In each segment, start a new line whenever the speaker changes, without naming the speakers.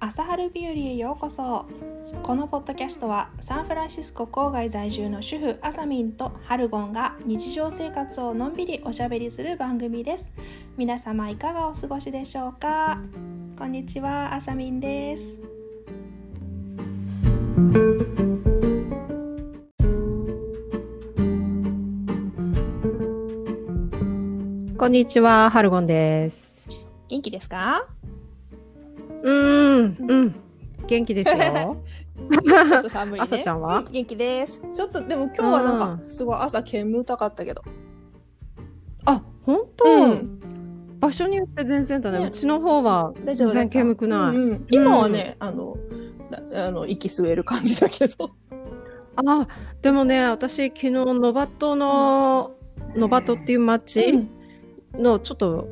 春日和へようこそこのポッドキャストはサンフランシスコ郊外在住の主婦あさみんとハルゴンが日常生活をのんびりおしゃべりする番組です皆様いかがお過ごしでしょうかこんにちはあさみんです
こんにちは、ハルゴンです。
元気です か
うーん、うん、元気 ですよ。
ちょっと寒いね
朝ちゃんは
うん元気ですちょっとでも今日はなんかすごい朝煙たかったけど
あ、本当、
うん
場所によって全然だね。
ね
うちの方は
大丈
全
夫だ
然
った
煙くない。
うんうん今はね、あのなあの息吸える感じだけど
あ、でもね、私昨日ノバトの、ノバトっていう町のちょっと、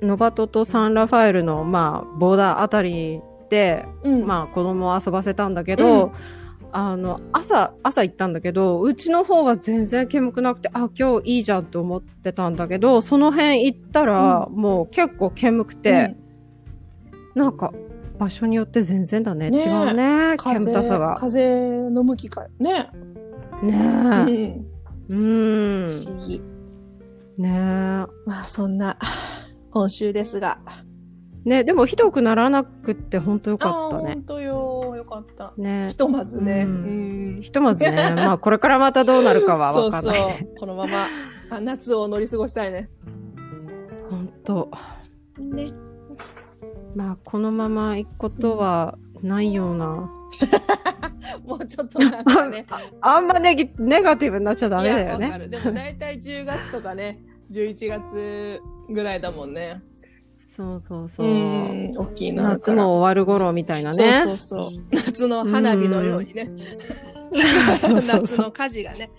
ノバトとサンラファエルの、まあ、ボーダーあたりで、
うん
まあ、子供を遊ばせたんだけど、
うん
あの朝朝行ったんだけどうちの方が全然煙くなくてあ今日いいじゃんと思ってたんだけどその辺行ったら、もう結構煙くて、なんか場所によって全然だね
ねえ
違うね煙
風
たさが
風の向きからね、
ね
うん
えうん、
不思議
ね
まあそんな今週ですが
えねでもひどくならなくって本当よかった
あー
ね
本当よよかった
ね
ひとまずね、
う
うん
ひとまずねまあこれからまたどうなるかは
そ
分
う
かん
そ
な
う
い
このままあ夏を乗り過ごしたいね
本当
ね
まあこのまま行くことはないような。
もうちょっとなんかね
あんまネギネガティブになっ ちゃダメだよ
いやわか
ね。
るでも大体10月とかね11月ぐらいだもんね
そうそうそうう。
ん大きいな
夏も終わる頃みたいなね。
そうそうそう夏の花火のようにね
そうそう
夏
そ
の火事がね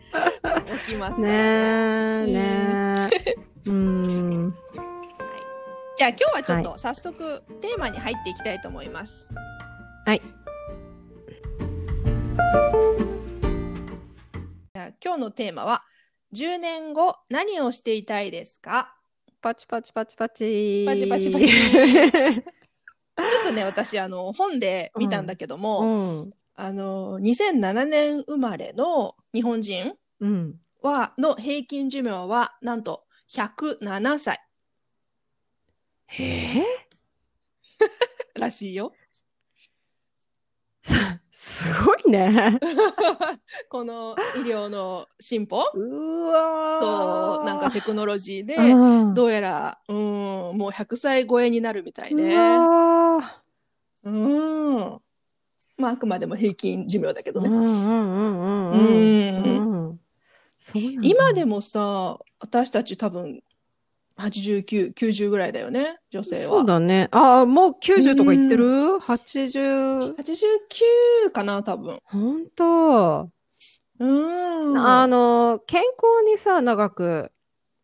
起きます
う。
か
ね
らね
えねえ。うん。
じゃあ今日はちょっと早速テーマに入っていきたいと思います
はい
じゃあ今日のテーマは10年後何をしていたいですか
パチパチパチパチ。
パチパチパ チちょっとね私あの本で見たんだけども、
うん
あの2007年生まれの日本人
うん。
はの平均寿命はなんと107歳
へえ。
らしいよ。
さすごいね。
この医療の進歩
うわー
となんかテクノロジーで
うん
どうやらうんもう100歳超えになるみたいうね。
わー
うんまああくまでも平均寿命だけど
う
ね。
んうんうん
う
うんう
ん
ん。うんそうなんだ
今でもさ私たち多分8990ぐらいだよね女性は。
そうだね。ああ、もう90とか言ってる ?80。
89かな多分。
本当、
うん
あの、健康にさ、長く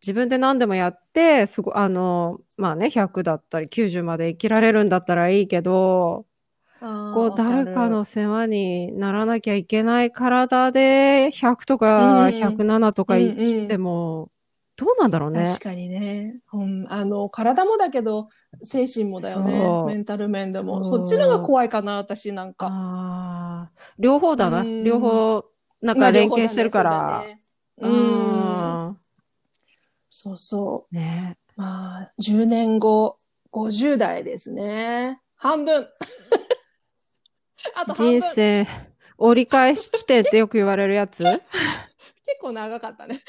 自分で何でもやって、すご、あの、まあね、100だったり90まで生きられるんだったらいいけど、こう、誰かの世話にならなきゃいけない体で100と
うん
か107とか
うんうん
生きても、どうなんだろうね。
確かにね、うん、あの体もだけど精神もだよね
そう
メンタル面でも
そう
そっちのが怖いかな私なんか
ああ、両方だな。
うん
両方、なんか連携してるから。
まあ両方だねそうだねうん
うん
そうそ
ね
うまあ10年後50代ですね半分 あと半分
人
結
生折り返し地点ってよく言われるやつ
構長かったね、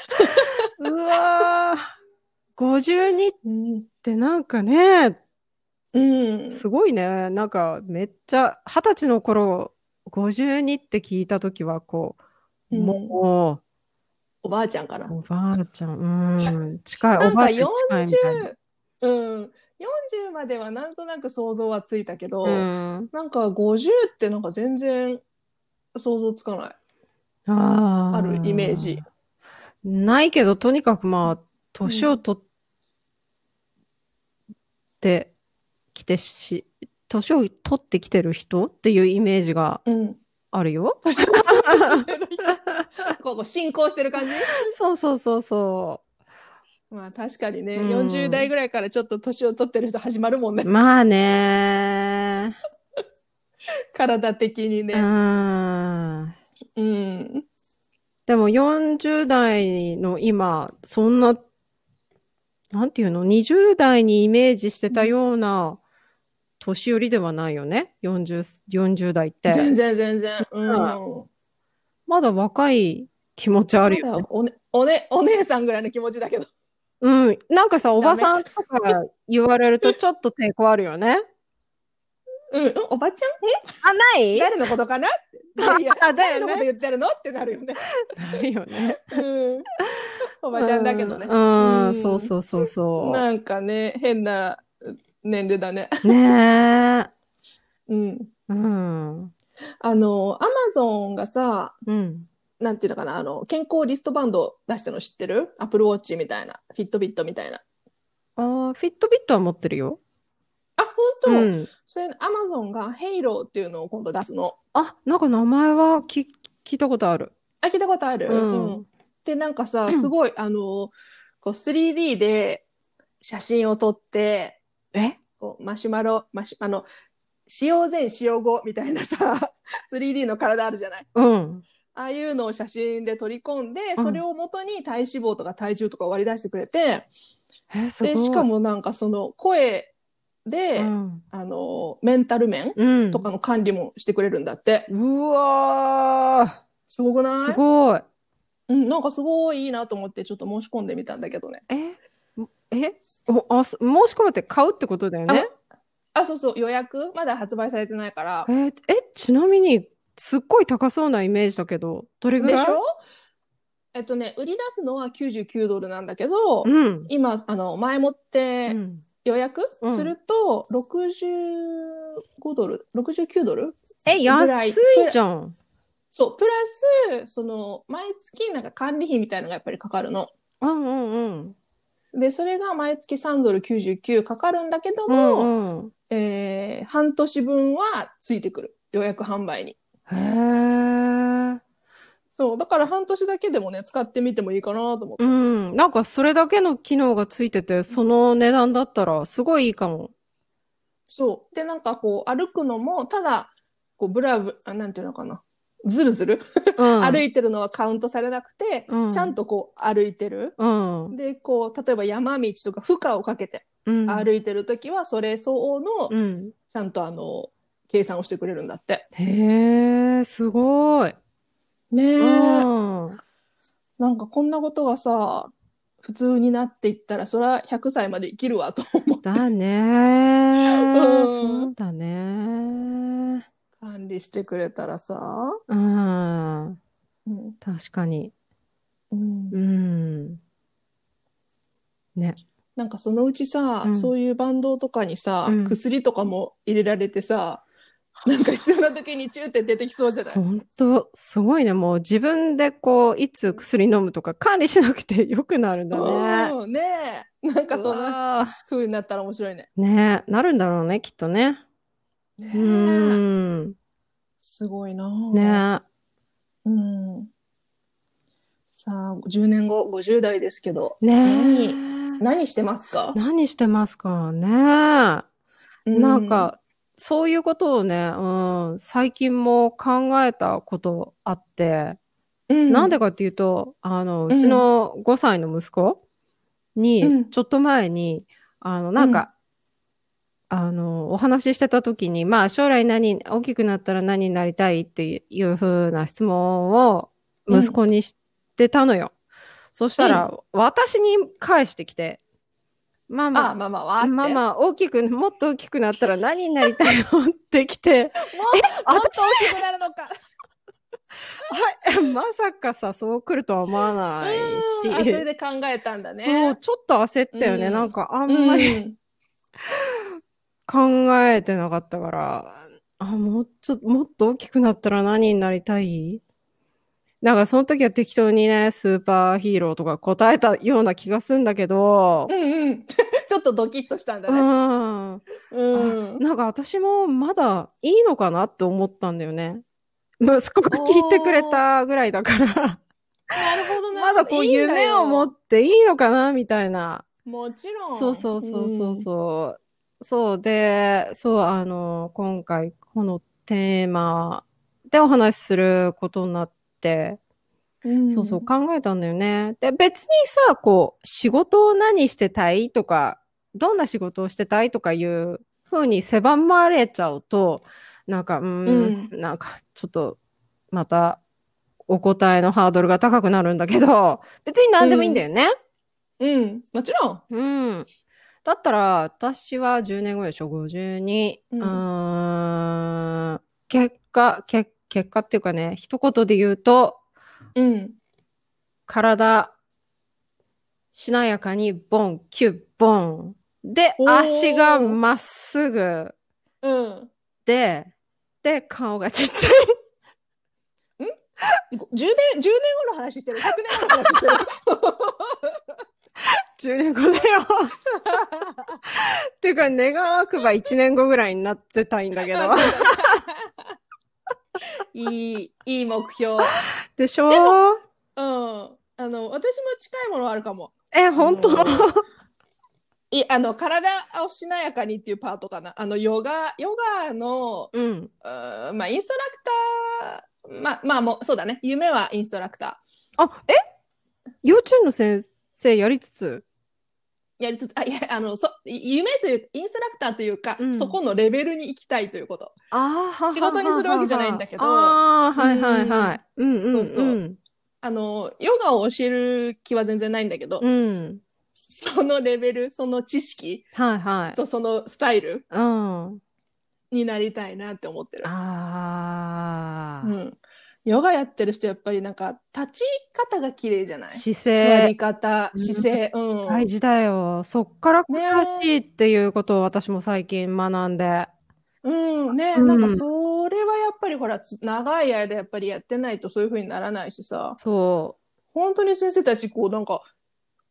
うわー52っ
うん
てなんかね
うん、
すごいねなんかめっちゃ二十歳の頃52って聞いた時はこう、
うん
も
おばあちゃんかな
うおばあちゃんうん近い
な
お
ん
ば
か
あちゃん近いみたいな
40、うん、40まではなんとなく想像はついたけど、
うん、
なんか50ってなんか全然想像つかない。
あー
あるイメージ
ないけどとにかくまあ年を取ってきてし、年を取ってきてる人っていうイメージが
うん。
あるよ。
こう進行してる感じ。
そうそうそうそ
まあ確かにね、
うん
40代ぐらいからちょっと年を取ってる人始まるもんね
う。。まあね
体的にね。
うん
うん。
でも40代の今、そんな、なんていうの、20代にイメージしてたような年寄りではないよね。40、40代って。
全然全然。うん。
まだ若い気持ちあるよ
ま
ね
だ。おねおねお姉さんぐらいの気持ちだけど。
うん。なんかさ、おばさんとか言われるとちょっと抵抗あるよね。
うん、うんおばちゃん
あ、ない
え
な
誰のことかなって。いやいや
あだ
誰
よね
のこと言ってるのってなるよね。
るよね。
うん。おばちゃんだけどね。
うん、うん
うん
そうそうそうそ
なんかね、変な年齢だね。
う。ねえ。
うん。
うん。
あの、アマゾンがさ、
うん。
なんていうのかな、あの、健康リストバンド出したの知ってるアップルウォッチみたいな、フィットビットみたいな。
あーフィットビットは持ってるよ。
あ、本当、
ん。
それ、アマゾンがヘイローっていうのを今度出すの。
あ、なんか名前は聞聞いたことある。
あ、聞いたことある、
うん
で、なんかさ、すごい、あの、こう 3D で写真を撮って、
え
こうマシュマロ、マシュあの、使用前、使用後みたいなさ、3D の体あるじゃない。
うん。
ああいうのを写真で取り込んで、
うん
それを元に体脂肪とか体重とか割り出してくれて、
え、すごい。
で、しか、もなんかその声で、
うん。
あの、メンタル面
うん。
とかの管理もしてくれるんだって。
うわ
すごくな
ー
い
すごい。
うん、なんかすごいいいなと思ってちょっと申し込んでみたんだけどね。
ええおあす申し込むって買うってことだよね。
あ、そうそう、予約まだ発売されてないから
え。ーえ、ちなみに、すっごい高そうなイメージだけど、どれぐ
で
らい
しょえっとね、売り出すのは99ドルなんだけど、
うん。
今、あの、前もっ
う
て
ん
予約
うん
すると、65ドル、69ドル
え、
ぐら
安
い
いじゃん。
そう、プラス、その、毎月なんか管理費みたいなのがやっぱりかかるの。
うんうん
で、それが毎月3ドル99かかるんだけど
う
も、
ん。うん
えー半年分はついてくる。予約販売に。
うん。へえ。
そう、だから半年だけでもね、使ってみてもいいかなと思って。
うん。なんかそれだけの機能がついてて、その値段だったらすごいいいかも。
そう。で、なんかこう、歩くのも、ただ、こう、ブラブ、あなんていうのかな。ずるずる、
うん。
歩いてるのはカウントされなくて、
うん
ちゃんとこう、歩いてる。
うん。
で、こう、例えば山道とか負荷をかけて
うん。
歩いてるときは、それ相応の、
うん。
ちゃんとあの、計算をしてくれるんだって。
へえ、すごい。
ね
うん。
なんかこんなことがさ、普通になっていったら、それは100歳まで生きるわと思う。
だね。
うん
そうだね。
管理してくれたらさ、
うん。
うん
確かに。
うん
うん。ね。
なんかそのうちさ、
うん
そういうバンドとかにさ、
うん
薬とかも入れられてさ、なんか必要な時にチューって出てきそうじゃない、
ほんと、すごいね。もう自分でこう、いつ薬飲むとか管理しなくてよくなるんだね。
うんねえ。なんかそんな
な。
風になったら面白いね。
ねなるんだろうね、きっとね。
ね
う
え
ーん。
すごいなあ
ね
うん。さあ、10年後、50代ですけど、
ね
何してますか
何してますかね。なん
う
か、そういうことをね、うん、最近も考えたことあって、
うん
なんでかっていうと、あの、うちの5歳の息子
う
に、
ん
ちょっと前に、あの、なんか、あの、お話ししてた時に、まあ、将来何、大きくなったら何になりたいっていうふうな質問を息子にしてたのよ。そしたら、私に返してきて、マ
あ、
マ、
ママはって
ママ、大きく、もっと大きくなったら何になりたいのってきて、
もっと
私
大きくなるのか。
はい、まさかさ、そう来るとは思わないし、
あそれで考えたんだね。
そう、ちょっと焦ったよね。
うん
なんか、あ
うん
んまり考えてなかったから、あ、もうちょっと、もっと大きくなったら何になりたいなんか、その時は適当にね、スーパーヒーローとか答えたような気がするんだけど、
うんうん。 ちょっとドキッとしたんだ
う
ね。
ん。
うん。
なんか私もまだいいのかなって思ったんだよね。息子が聞いてくれたぐらいだから、
なるほど
まだこう夢を持
っ
っていいのかなみたいな。
もちろん。
そうそうそうそうそう。そうで、そう、あの、今回このテーマでお話しすることになって、
うん
そうそう考えたんだよね。で、別にさ、こう、仕事を何してたいとか、どんな仕事をしてたいとかいう風に狭まれちゃうと、なんか、うーん、ん、なんか、ちょっと、また、お答えのハードルが高くなるんだけど、別に何でもいいんだよね。
うん、もちろん。
うん。だったら、私は10年後でしょ、52。
うん
うーん結果、結結果っていうかね、一言で言うと、
うん。
体、しなやかにボン、キュッ、ボン。で、
おー
足がまっすぐ。
うん。
で、で、顔がちっちゃい。
ご10年、10年後の話してる。100年後の話してる。
10年後だよ。っていうか、願わくば1年後ぐらいになってたい んだけ ど。
いい、いい目標。うん。
でしょ
あの、私も近いものあるかも。
え、本当
あのい、あの、体をしなやかにっていうパートかな。あの、ヨガ、ヨガの、
うん。
うーんまあ、インストラクター、まあ、まあ、もう、そうだね。夢はインストラクタ
あ、え幼稚園の先生やりつつ。
ー。やりつつ、あ、いや、あの、そ、夢という、インストラクターというか、
うん
そこのレベルに行きたいということ。
ああ、
仕事にするわけじゃないんだけど
ああ、はいはいはい。うんうん、うん。
そうそうあの、ヨガを教える気は全然ないんだけど、
うん。
そのレベル、その知識
はいはい。
とそのスタイル
うん。
になりたいなって思ってる。
ああ、
うん。ヨガやってる人、やっぱりなんか、立ち方が綺麗じゃない
姿
座
勢
り方、姿勢、うん。
大事だよ。そっから
ね
詳しいっていうことを私も最近学んで。
うん、ね、
うん
なんかそれはやっぱりほら、つ長い間やっぱりやってないとそういう風にならないしさ、
そ
本当に先生たちこうなんか、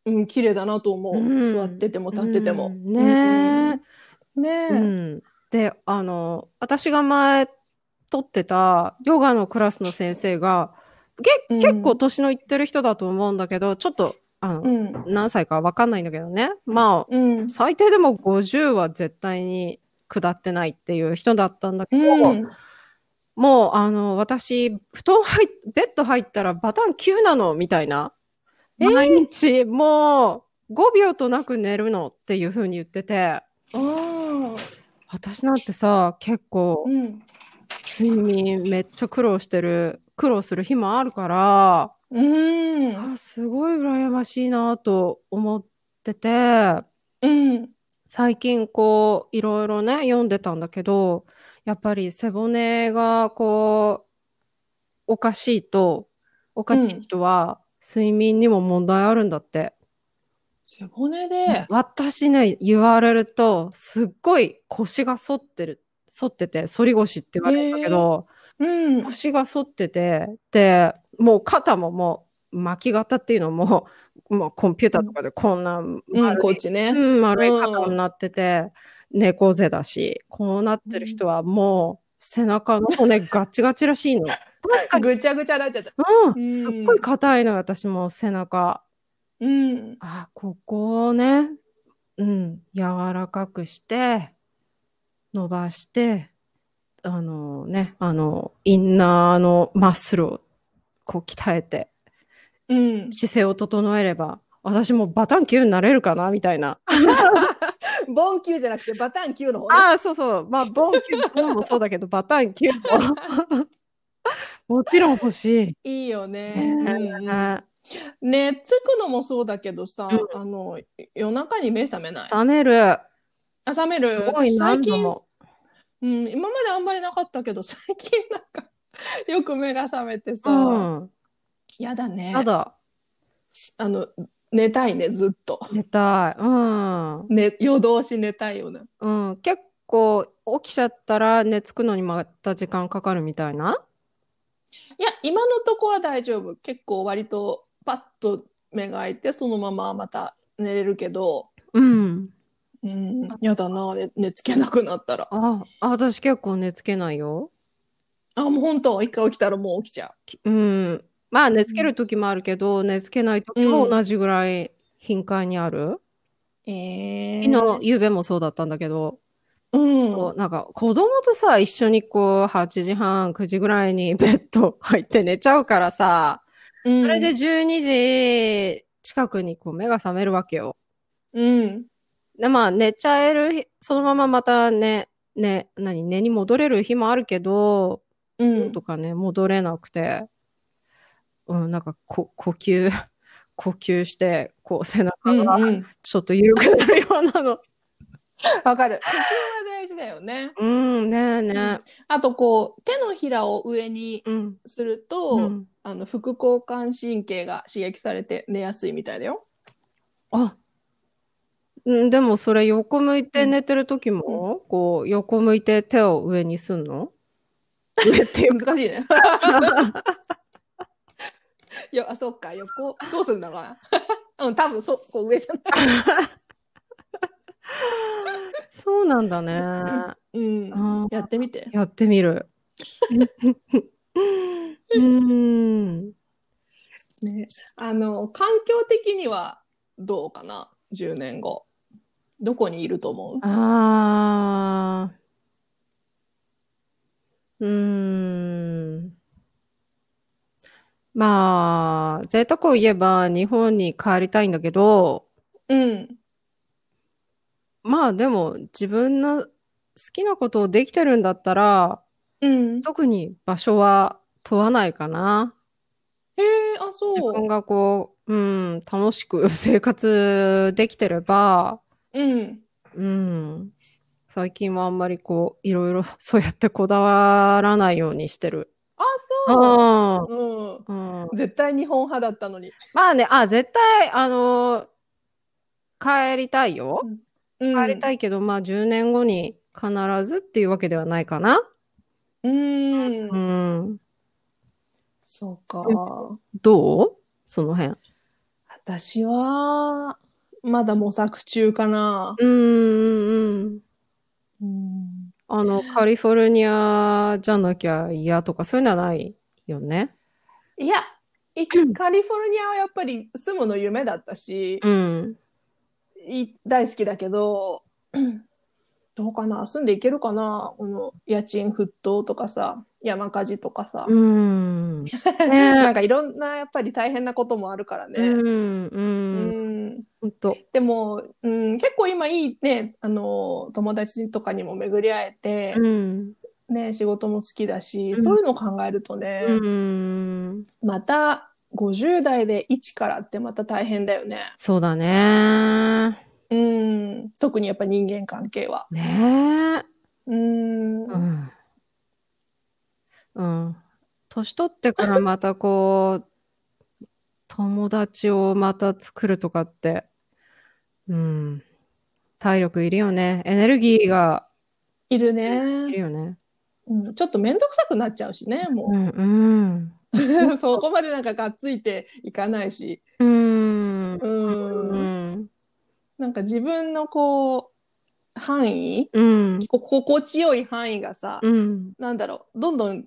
うん、綺麗だなと思う。
うん
座ってても
う。
立ってても。
うんね
うんね
え、うん。で、あの、私が前取ってたヨガのクラスの先生が、け
うん
結構年のいってる人だと思うんだけど、ちょっと、あの、
うん。
何歳かわかんないんだけどね。まあ、
うん。
最低でも50は絶対に下ってないっていう人だったんだけど、
うん。
もう、あの、私、布団入っ、ベッド入ったらバタン9なの、みたいな。
えー
毎日、もう、5秒となく寝るのっていう風に言ってて、
あ
私なんてさ、結構
ーう、ん。
睡眠めっちゃ苦労してる、苦労する日もあるから、
うん。
あすごい羨ましいなと思ってて、
うん。
最近こういろいろね読んでたんだけどやっぱり背骨がこうおかしいとおかしい人は睡眠にも問題あるんだって、
背骨で、
私ね言われるとすっごい腰が反ってる反ってて反り腰って言われるんだけど、
うん。
腰が反っててでもう肩ももう巻き型っていうのも もうコンピューターとかでこんな
うん、
丸
こ
い
っちね。
うん、丸い肩になってて、猫背だし、こうなってる人はもう背中の骨ガチガチらしいの。確かに。
ぐちゃぐちゃになっちゃった。
う
うん
ん、すっごい硬いの、私も背中。
うん。
あ、ここをね、うん、柔らかくして、伸ばして、あのね、あの、インナーのマッスルをこう鍛えて、
うん。
姿勢を整えれば、私もバタン級になれるかな、みたいな。
ボン級じゃなくてバターン級の方ね
ああ、そうそう。まあ、ボンキューボンもそうだけ ど、バターンキュー も。もちろん欲しい。
いいよね。うん
冷
ね、つくのもそうだけどさ、あの、夜中に目覚めない。
める。
覚める
す。ごい
最
何
近
度、も。
うん、今まであんまりなかったけど、 最近なんか、よく目が覚めてさ、
うん。
やだね。
ただ、
あの、寝たいね、ずっと。
寝たい。うん。
ね、夜通し寝たいよね。
うん。結構、起きちゃったら寝つくのにまた時間かかるみたいな。
いや、今のとこは大丈夫。結構割とパッと目が開いて、そのまままた寝れるけど、
うん。
うん、やだな、ね寝つけなくなったら。
あ、あ私結構寝つけないよ。
あ、もう本当、一回起きたらもう起きちゃ
きうん。まあ、寝つける時もあるけど、寝つけない時も同じぐらい頻回にある。
う。ええ
昨日、夕べもそうだったんだけど。
うん
こうなんか子供とさ、一緒にこう、8時半、9時ぐらいにベッド入って寝ちゃうからさ、
うん
それで12時近くにこう目が覚めるわけよ。
うん
で、まあ寝ちゃえる日、そのまままたね、ね、何、寝に戻れる日もあるけど、
うん
とかね、戻れなくて、うん、なんかこ呼吸、 呼吸して、こう背
う
中
ん
が
うん
ちょっと緩くなるようなの。
わかる呼吸は大事だよね
うん、ねえね
あとこう手のひらを上に
え。うん。
すると、
うん、
あの副交感神経が刺激されて寝やすいみたいだよ
あうんでもそれ横向いて寝てる時も、こう横向いて手を上にすんの上っていうか
難しいね いやあそっか横どうするんだろうな うん多分そうこう上じゃない
そうなんだね。
うん
あー
やってみて
やって みる。うん。
ねあの環境的にはどうかな10年後どこにいると思う
ああ。うーん。まあ、贅沢を言えば日本に帰りたいんだけど、
うん
まあでも自分の好きなことをできてるんだったら、
うん
特に場所は問わないかな。
へえあ
自
そ
分がこう、うん、楽しく生活できてれば、
ううん
うん、最近はあんまりこう、いろいろ そうやってこだわらないようにしてる。
あそう
あ
うん
あ、うん。
絶対日本派だったのに
まあね、あ、絶対、あの帰りたいよ。帰りた
い
いけど、まあ10年後に必ずっていうわけではないかな。
うん、
う
うん、
ん。
そうか
どうその辺。
私はまだ模索中かな、
うんうんうん。
うん、
あの、カリフォルニアじゃなきゃ嫌とかそういうのはないよね。
いやいカリフォルニアはやっぱり住むの夢だったし、
うん。
い大好きだけどうんどうかな住んでいけるかなこの家賃沸騰とかさ山火事とかさ、
うん。ね
なんかいろんなやっぱり大変なこともあるからね、
うん、う
うん
ん。ほんと。
でも、うん、結構今いいねあの友達とかにも巡り会えて、
うん。
ね、仕事も好きだし、
うん
そういうのを考えるとね、
うん。
また50代で一からってまた大変だよね。
そうだね。
うん。特にやっぱ人間関係は。
ね
うん。
うん。うん。年取ってからまたこう、友達をまた作るとかって、うん。体力いるよね。エネルギーが
いる
いる
ね、
よね。
うん。ちょっと面倒くさくなっちゃうしね、
う
も
ん、うん。
う。 そこまでなんかがっついていかないし。
うーん。
うん。
うん。
なんか自分のこう、範囲、
うん。
こ心地よい範囲がさ、
うん。
なんだろう、どんどん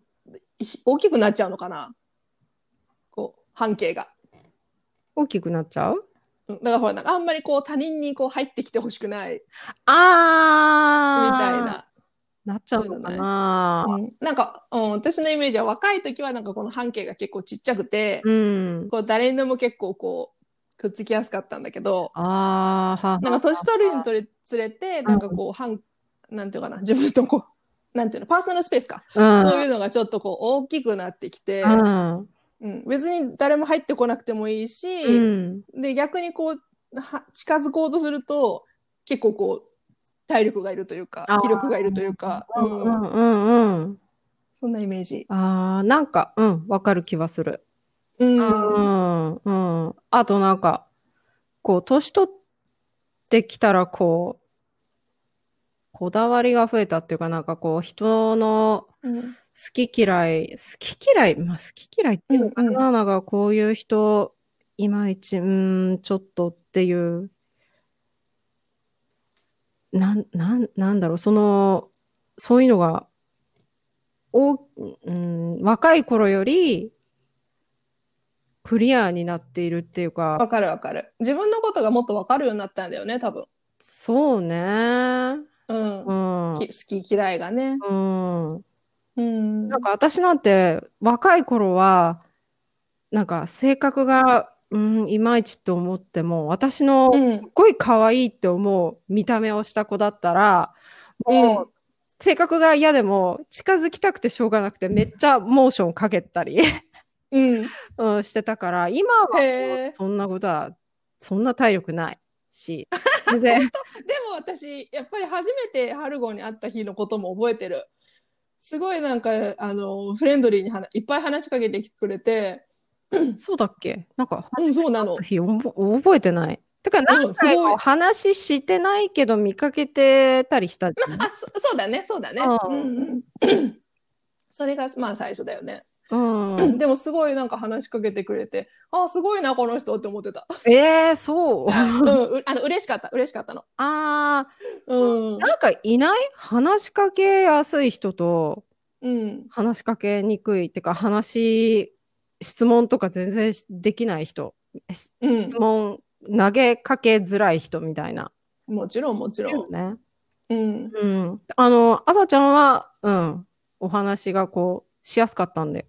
ひ大きくなっちゃうのかな。こう、半径が。
大きくなっちゃう
うんだからほら、なんかあんまりこう他人にこう入ってきてほしくないみ
あー
たいな。
なっちゃうのかな
うんなんか、うん、私のイメージは若い時はなんかこの半径が結構ちっちゃくて、
うん。
こう誰にでも結構こうくっつきやすかったんだけど
あーは
なんか年取るにとれつれてなんかこう半、なんていうかな自分とこうなんていうのパーソナルスペースか、
うん。
そういうのがちょっとこう大きくなってきて、
うん。
うん別に誰も入ってこなくてもいいし、
うん。
で逆にこうは近づこうとすると結構こう体力がいるというか
あー
気力がいるというか、
うんう
うん
んうんうん。
そんなイメージ。
ああ、なんか、うん、わかる気はする。
うん
うん、うん。あとなんか、こう、年取ってきたら、こう、こだわりが増えたっていうか、なんかこう、人の
うん
好き嫌い、好き嫌い、まあ好き嫌いっていうのかな、なんかこういう人、いまいち、うーん、ちょっとっていう、なん、なん、なんだろう、その、そういうのが、お、うん、若い頃より、クリアになっているっていう
わ
か、
かるわかる。自分のことがもっとわかるようになったんだよね、多分。
そうね。
うん
う。ん。
き好き嫌いがね。
うん。
うん。
なんか私なんて若い頃は、なんか性格が、うん、いまいちと思っても、私の
うん
すっごい可愛いって思う見た目をした子だったら、も
うん
う、性格が嫌でも近づきたくてしょうがなくて、めっちゃモーションかけたり、
うん。
うん、してたから、今はもう
へー
そんなことは、そんな体力ないし、全然
でも私やっぱり初めてハルゴに会った日のことも覚えてるすごいなんかあのフレンドリーに話いっぱい話しかけてきてくれて
そうだっけなんか、
うんそうなの
日覚覚えてない。てか
うん
何回
すごい
も話してないけど見かけてたりしたじゃない
あそそうだねそうだね
う
うんんうんそれがまあ最初だよね
うん、
でもすごいなんか話しかけてくれてあすごいなこの人って思ってた
えー、そう。
う
あ
んうあの嬉しかった嬉しかったの
あ
うん
ー、なんかいない話しかけやすい人と
うん
話しかけにくいってか話質問とか全然しできない人し
うん
質問投げかけづらい人みたいな。
もちろんもちろん
ね。
うん
うん。あの、あさちゃんは、うん、お話がこう、しやすかったんで。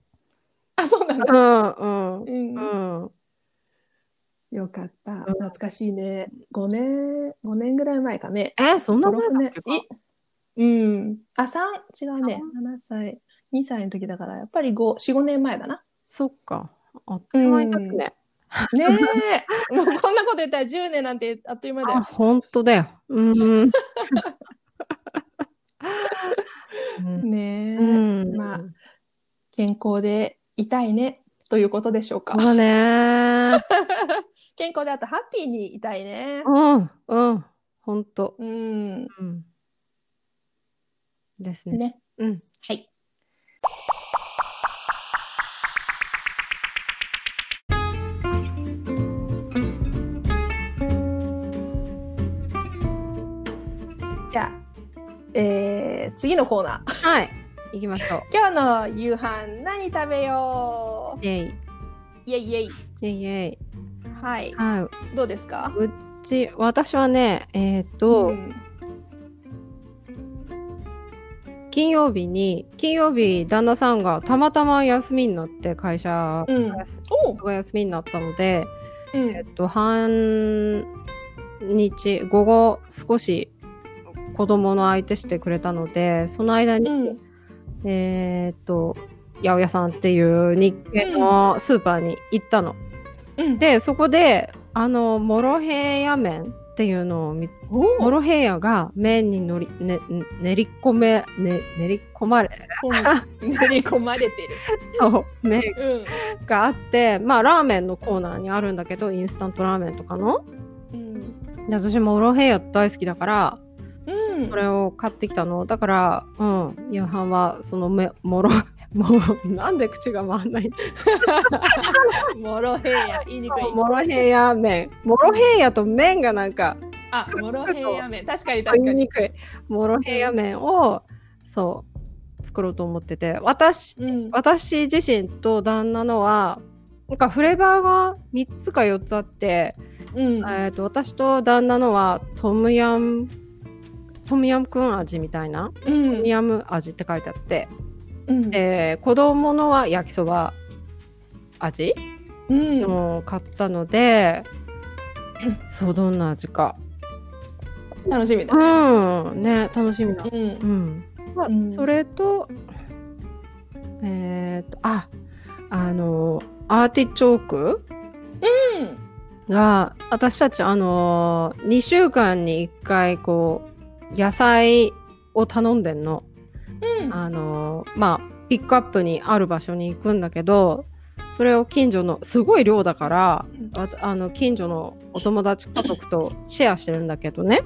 あそうなんだ
うん、うん。
うん
うん。
よかった。懐かしいね。5年、五年ぐらい前かね。
えー、そんな
5、
前
6
だ
年
っけ。か
いうん。あ、三違うね。
三
7歳。2歳の時だから、やっぱり5、4、5年前だな。
そっか。あっという間に経つね。
ね え。もうこんなこと言ったら10年なんてあっという間だ
あ、
よ。
本当だよ。 うん。うん
ねえ。
うん。
まあ健康でいたいね。ということでしょうか。
そうね。
健康であとハッピーにいたいね。
うん、うん。本当。
うん。
うん。ですね。
ね。
うん。
はい。じゃあ、えー次のコーナー。
はい。行きましょう。
今日の夕飯何食べよ
イェイ。
うイエイイエイ。
イェイイェイ。
はい。
はい。う
どうですか
ち、私はね、えっ、と、
うん
金曜日に、金曜日、旦那さんがたまたま休みになって、会社
う
が、
んおう
が休みになったので、
う
えっ
ん
と、半日、午後、少し子供の相手してくれたので、その間に、
うん
えーっと、八百屋さんっていう日系のスーパーに行ったの。
うん
で、そこで、あの、モロヘイヤ麺っていうのを見
おう
モロヘイヤが麺にのり、ね、ね練り込め、ね、練り込まれ、
練り込まれて
そう、麺
る。
があって、まあ、ラーメンのコーナーにあるんだけど、インスタントラーメンとかの。
うん
で、私、モロヘイヤ大好きだから、
うん
それを買ってきたのだからうん夕飯はそのめも ろもうなんで口が回んない
モロヘイヤ言いにくい。
もろへや麺もろへやと麺がなんか
あ、モロヘイヤ麺。確かに確
言
か
い
に。
にくいもろへや麺をそう作ろうと思ってて私
うん。
私自身と旦那のはなんかフレーバーが3つか4つあって、
うん。
えー、と私と旦那のはトムヤムトムヤムクン味みたいな
う
ト
ん
ム。ヤム味って書いてあって
うん。
えー子供のは焼きそば味
うん
のを買ったので、そうどんな味か
楽しみだ
う
ね。
んね楽しみだ
う。
うんん、まあ
うん
それとえー、っとああのアーティチョーク
うん。
が私たちあの2週間に1回こう野菜を頼んでんの。
うん。
あのーまあピックアップにある場所に行くんだけどそれを近所のすごい量だからわあの近所のお友達家族とシェアしてるんだけどね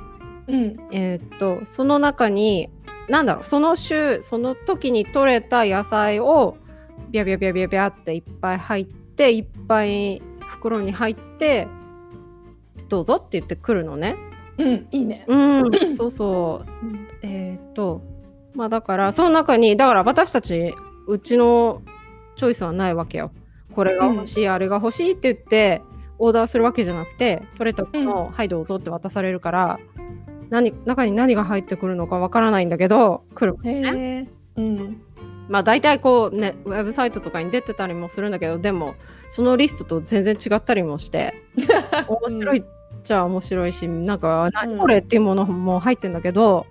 うん。
えーっとその中になんだろうその週その時に採れた野菜をビャビャビャビャビャっていっぱい入っていっぱい袋に入ってどうぞって言ってくるのね。
うん。いいね。
うん、そうそうえーっとまあだからその中にだから私たちうちのチョイスはないわけよこれが欲しい、あれが欲しいって言ってオーダーするわけじゃなくて取れたものを、はいどうぞって渡されるから何中に何が入ってくるのかわからないんだけど来る
へえ。うん。
まあ大体こうねウェブサイトとかに出てたりもするんだけどでもそのリストと全然違ったりもして 面白いっちゃ面白いしなんか何これっていうものも入ってんだけど、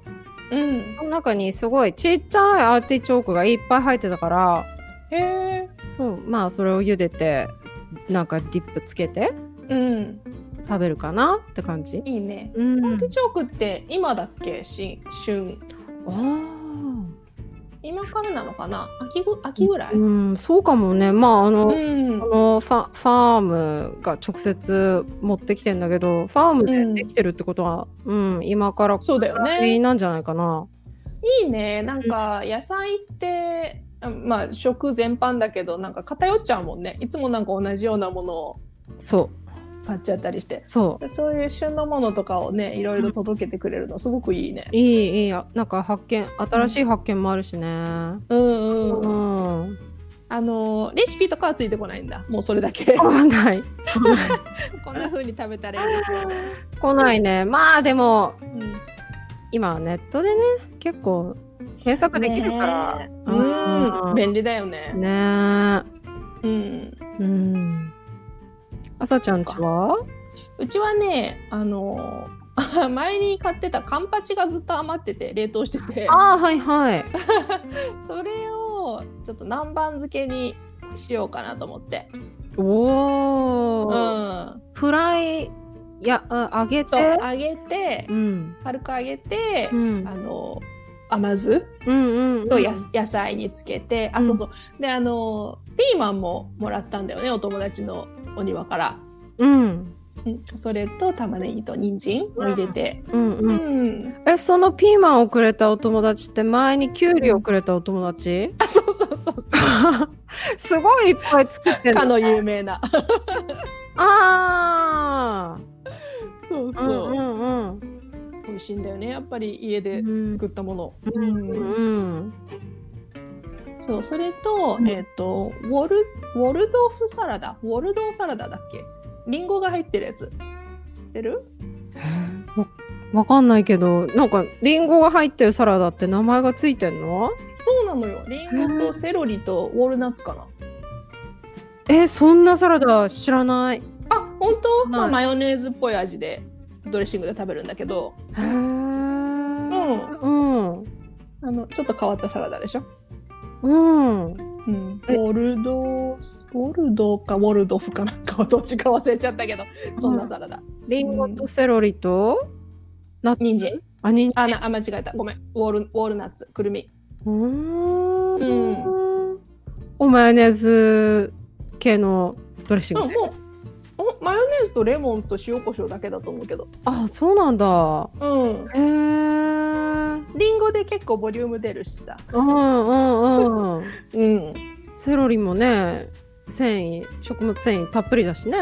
うん。
その中にすごいちっちゃいアーティチョークがいっぱい入ってたから
へえ。
そうまあそれを茹でてなんかディップつけて
うん。
食べるかなって感じ。
いいね。
うん、
ア
あ
ーティチョークって今だっけし旬
ー
今からなのかな秋ぐ秋ぐらい、
うん、そうかもねまああの、
うん
このファファームが直接持ってきてんだけどファームでできてるってことは、うん今から
そうだよね
なんじゃないかな。
いいねなんか野菜ってまあ食全般だけどなんか偏っちゃうもんねいつもなんか同じようなものを
そ
買っちゃったりして
うそう
でそういう旬のものとかをねいろいろ届けてくれるのすごくいいね
いいいいあなんか発見新しい発見もあるしね。
うん
う
うん
ん、
あのレシピとかはついてこないんだもうそれだ け
来ない
こんな風に食べたらいいですよ、
来ないねまあでも
うん
今ネットでね結構検索できるから
ねえ
うん
うん便利だよね
ねえ
うん
うんあさちゃんちは
うちはね、あの 前に買ってたカンパチがずっと余ってて冷凍してて
ああはいはい
それをちょっと南蛮漬けにしようかなと思って、
お
う
お、
ん、
フライいやあ揚げ
そう
て
揚げて
うん
軽く揚げて、
うん
あの甘酢
うんうん
とや、野菜につけてあ
うん
そうそうであのピーマンももらったんだよねお友達のお庭から、
うん
うん、それと玉ねぎと人参を入れて、
うん
う
うんんえそのピーマンをくれたお友達って前にキュウリをくれたお友 達
あそうそうそうそう
すごいいっぱい作ってん
か
の
の有名な
あ
そう
あうんうんうん
美味しいんだよねやっぱり家で
うん
作ったもの、
うんうん
そうそれと、
うん
えっ、とウォルウォルドフサラダウォルドサラダだっけリンゴが入ってるやつ知ってる
わわかんないけどなんかリンゴが入ってるサラダって名前がついてんの
そうなのよリンゴとセロリとウォールナッツかな
えそんなサラダ知らないへ
あ本当、ま
は
あ、
い
マヨネーズっぽい味でドレッシングで食べるんだけど
えうん
あのちょっと変わったサラダでしょ、
うん
うん、ウォルドウォルドかウォルドフかなん かはどっちか忘れちゃったけどそんなサラダ
リンゴとセロリと、ナッツ
人参
あ、人参。
あなあ間違えたごめんウォールウォールナッツくるみ
うーん。おマヨネーズ系のドレッシング。
うん、もうほんマヨネーズとレモンと塩コショウだけだと思うけど、
あ、そうなんだ。
うん、
へえ。うん
リンゴで結構ボリューム出るしさ、
うんうん。
うん、
セロリもね、繊維、食物繊維たっぷりだしね。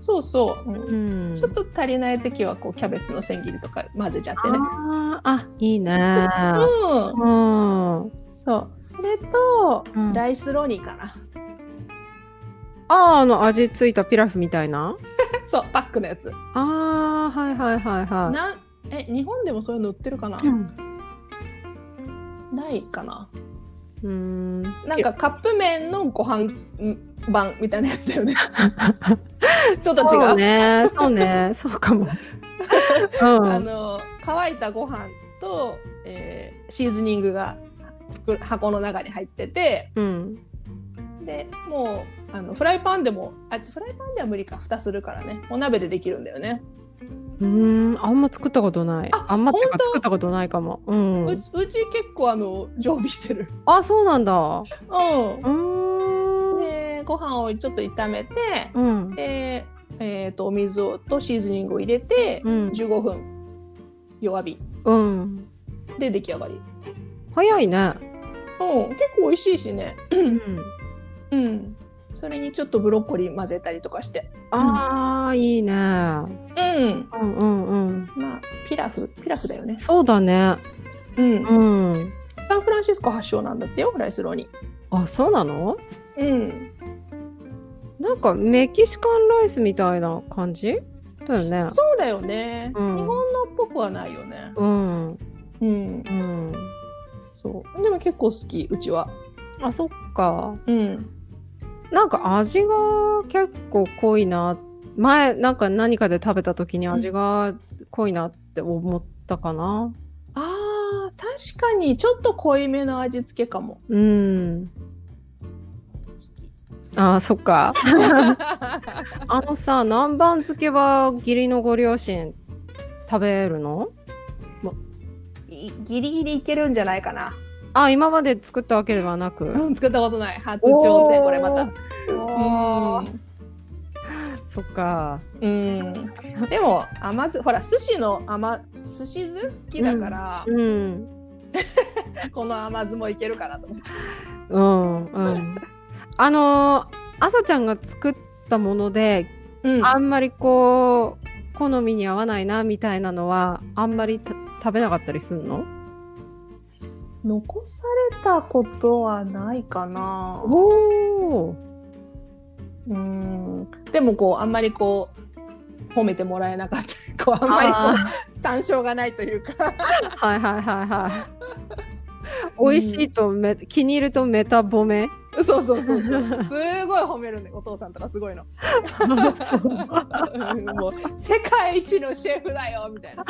そうそう、うん
うん。
ちょっと足りない時はこうキャベツの千切りとか混ぜちゃってね
あーあ、いいね。
うん
うん。
そうそれと、
うん
ライスロニーかな
あー、あの味ついたピラフみたいな。
そうパックのやつ
ああ、はいはいはいは
なんえ日本でもそういうの売ってるかな、
い。うん
ないかな
うーん。
なんかカップ麺のご飯ん版みたいなやつだよねちょっと違
そううね、そうね、そ うかも。うん、
あの乾いたご飯と、えーシーズニングが袋箱の中に入ってて
うん、
でもうあのフライパンでもあフライパンじゃ無理か蓋するからねお鍋でできるんだよね、
うーん、あんま作ったことない。あんまっていう
本
か
当
作ったことないかも。う。
うんうちうち結構あの常備してる
あ、そうなんだ。う
う
ーん。
んでご飯をちょっと炒めて
うん。
でえー、とお水をとシーズニングを入れて
うん。
15分弱火
うん。
で出来上がり
早いね。
うん結構美味しいしね
うん。
うんそれにちょっとブロッコリー混ぜたりとかして
ああ、いいね。
うん、
うんうんうん。
まあピラフピラフだよね。
そうだね。
うん
うん。
サンフランシスコ発祥なんだってよライスローに。
あ、そうなの
うん、
なんかメキシカンライスみたいな感じだよね。
そうだよね。
うん
日本のっぽくくはないよね。
うん、
うん。
うん。
そう。でも結構好き、うちは。
あ、そっか。
うん。
なんか味が結構濃いな。前、なんか何かで食べた時に味が濃いなって思ったかな。
ああ、確かに、ちょっと濃いめの味付けかも。
うん。あーそっか。あのさ、南蛮漬けは義理のご両親食べるの
いギリギリいけるんじゃないかな。
あ、今まで作ったわけではなく。
うん、作ったことない。初挑戦、これまた。
おー
そっか。
うん。でも、甘酢、ほら、寿司の甘、寿司酢好きだから、
うん。
この甘酢もいけるかなと思って。
うんうん、あのー朝ちゃんが作ったもので、
うん
あんまりこう好みに合わないなみたいなのはあんまりた食べなかったりするの
残されたことはないかな。
お
うん。でも、こう、あんまりこう、褒めてもらえなかった。 こう、あんまりこう
は
山椒がないというか。
いはいはい はい美味しいとめ、気に入るとメタ褒 め
そうそうそうそう。すごい褒めるね、お父さんとかす ごいの。うんもう世界一のシェフだよみたいな。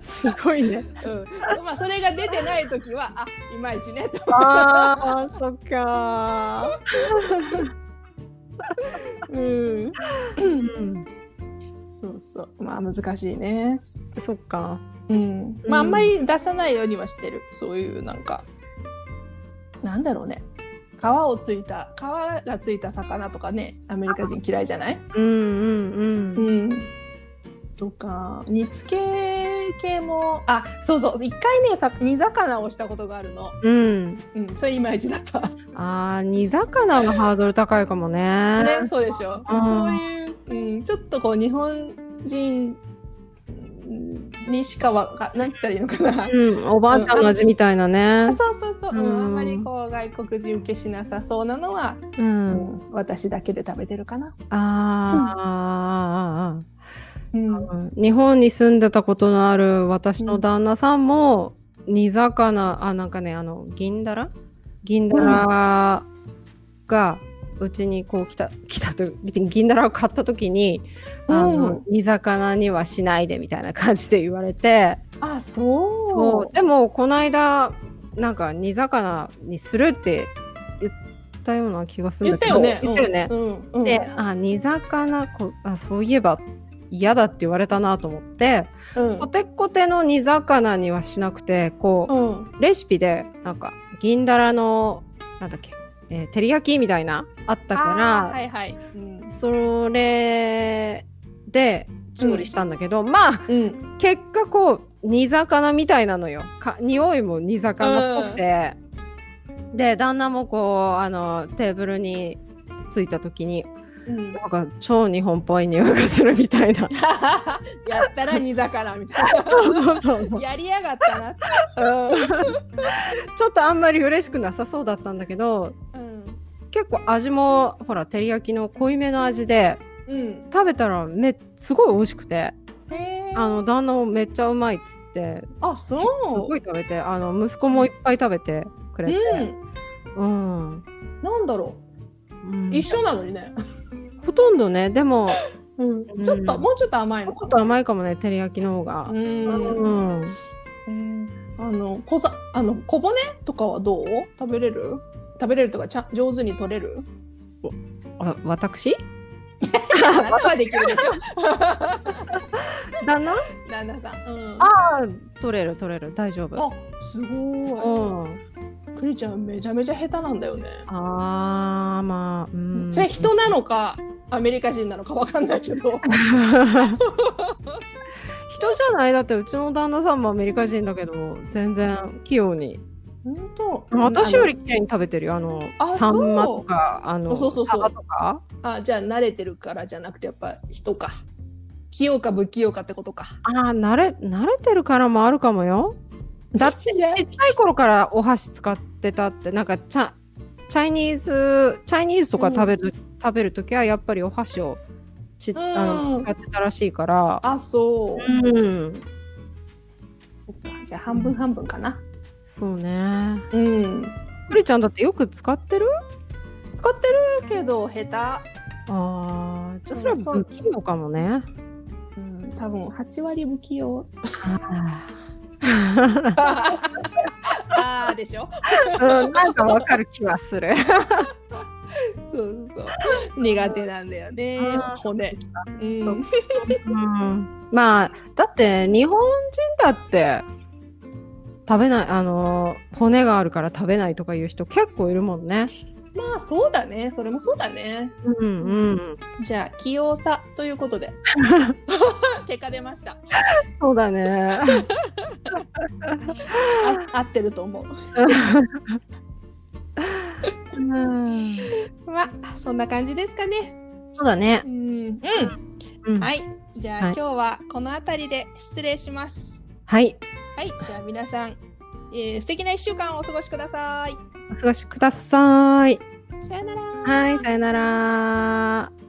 すごいね
うん、まあそれが出てない時はあいまいちねと。
あーそっか
うん。
ー、うん、
そうそう。まあ難しいね。
そっか
うん。まああ
うん
んまり出さないようにはしてる。そういうなんかなんだろうね。皮をついた皮がついた魚とかねアメリカ人嫌いじゃない？
うんうんうん
うん。とか煮付け系もあそうそう一回ねさ煮魚をしたことがあるの。
うん。
うん。それいまいちだった。
ああ、煮魚がハードル高いかもね。
ね、そうでしょ。
うん
そういう、うん、ちょっとこう日本人うんにしかわか、なんて言ったらいいのかな。
うん、おばあちゃんの味みたいなね
あ。そうそうそう、うん
うん
あんまりこう外国人受けしなさそうなのは、
う
う
ん。
ん私だけで食べてるかな。
あーあ
うん
ー、あーあー日本に住んでたことのある私の旦那さんも、煮魚、あ、なんかね、あの、銀だら銀だらが、うちにこう来た、来たと、銀だらを買った時に、あの、
うん
煮魚にはしないでみたいな感じで言われて、
あ、そう。
そうでもこの間なんか煮魚にするって言ったような気がする
言っ
んだ
た
け
よね。
ど言ったよね、
うん、うん、
であ煮魚こあそういえば嫌だって言われたなと思って
うん
コ、テッコテの煮魚にはしなくてこ
うん、
うレシピでなんか銀だらのなんだっけ、えー照り焼きみたいなあったから、
あーはいはい。うん、
それで調理したんだけど、まあ
うん、
結果こう煮魚みたいなのよか匂いも煮魚っぽくて、で旦那もこうあのテーブルに着いた時に
うん、
なんか超日本っぽい匂いがするみた いな
やったら煮魚みたい
そうそうそう、うん
な。やりやがったなって。
ちょっとあんまり嬉しくなさそうだったんだけど
うん、
結構味もほら照り焼きの濃いめの味で
うん、
食べたらめすごい美味しくて
へえ。
あの旦那もめっちゃうまいっつってす
あ、そう。
ごい食べてあの息子もいっぱい食べてくれて。
う
うん
ん、なんだろ
うん
う、一緒なのにね、
ほとんどねでも
うんちょっと、
うん
もうちょっと甘いの
ちょ
か
っと甘いかもね照り焼きの方が
な。う、ん、
ん
あの小さあの小骨とかはどう食べれる食べれるとかちゃん上手に取れる
あ私
あなたはできるでしょ
旦那
旦那さん、うん、
あ取れる取れる大丈夫
あす
う
ご
ん
いクリちゃんめちゃめちゃ下手なんだよね、
あーまあうん
それ人なのかアメリカ人なのかわかんないけど
人じゃないだってうちの旦那さんもアメリカ人だけど全然器用に
本当
私より綺麗に食べてるよあの
あ
サンマ
そう
とかあの
そうそうそう
サバとか
あじゃあ慣れてるからじゃなくてやっぱ人か器用か不器用かってことか
あー慣れ慣れてるからもあるかもよだって
いや
ちっちゃい頃からお箸使ってたってなんかチャチャイニーズチャイニーズとか食べる、食べる時はやっぱりお箸をち、
ん
あの使ってたらしいから、
あそう、
うん、
そっかじゃあ半分半分かな
そうね。
うん
ゆりちゃんだってよく使ってる
使ってるけど下
ああ、じゃあそれ
うんそ
は
う
不器用かもね。
手、うん、多分8割不器用あーでしょ
うん、なんかわかる気はする。
そうそうそう苦手なんだよね
あー
骨うん
そっうん、まあだって日本人だって食べないあの骨があるから食べないとかいう人結構いるもんね。
まあそうだねそれもそうだね
うんうん。
じゃあ器用さということ で結果出ました
そうだね。
あ合ってると思う
うん、
まあそんな感じですかね
そうだね。
うん、
うん、。
はいいじゃあ、
はい
今日はこの辺りで失礼します
はい。
はいじゃあ皆さん、えー、素敵な一週間をお過ごしください
お過ごしください。
さよなら
はい、さよなら。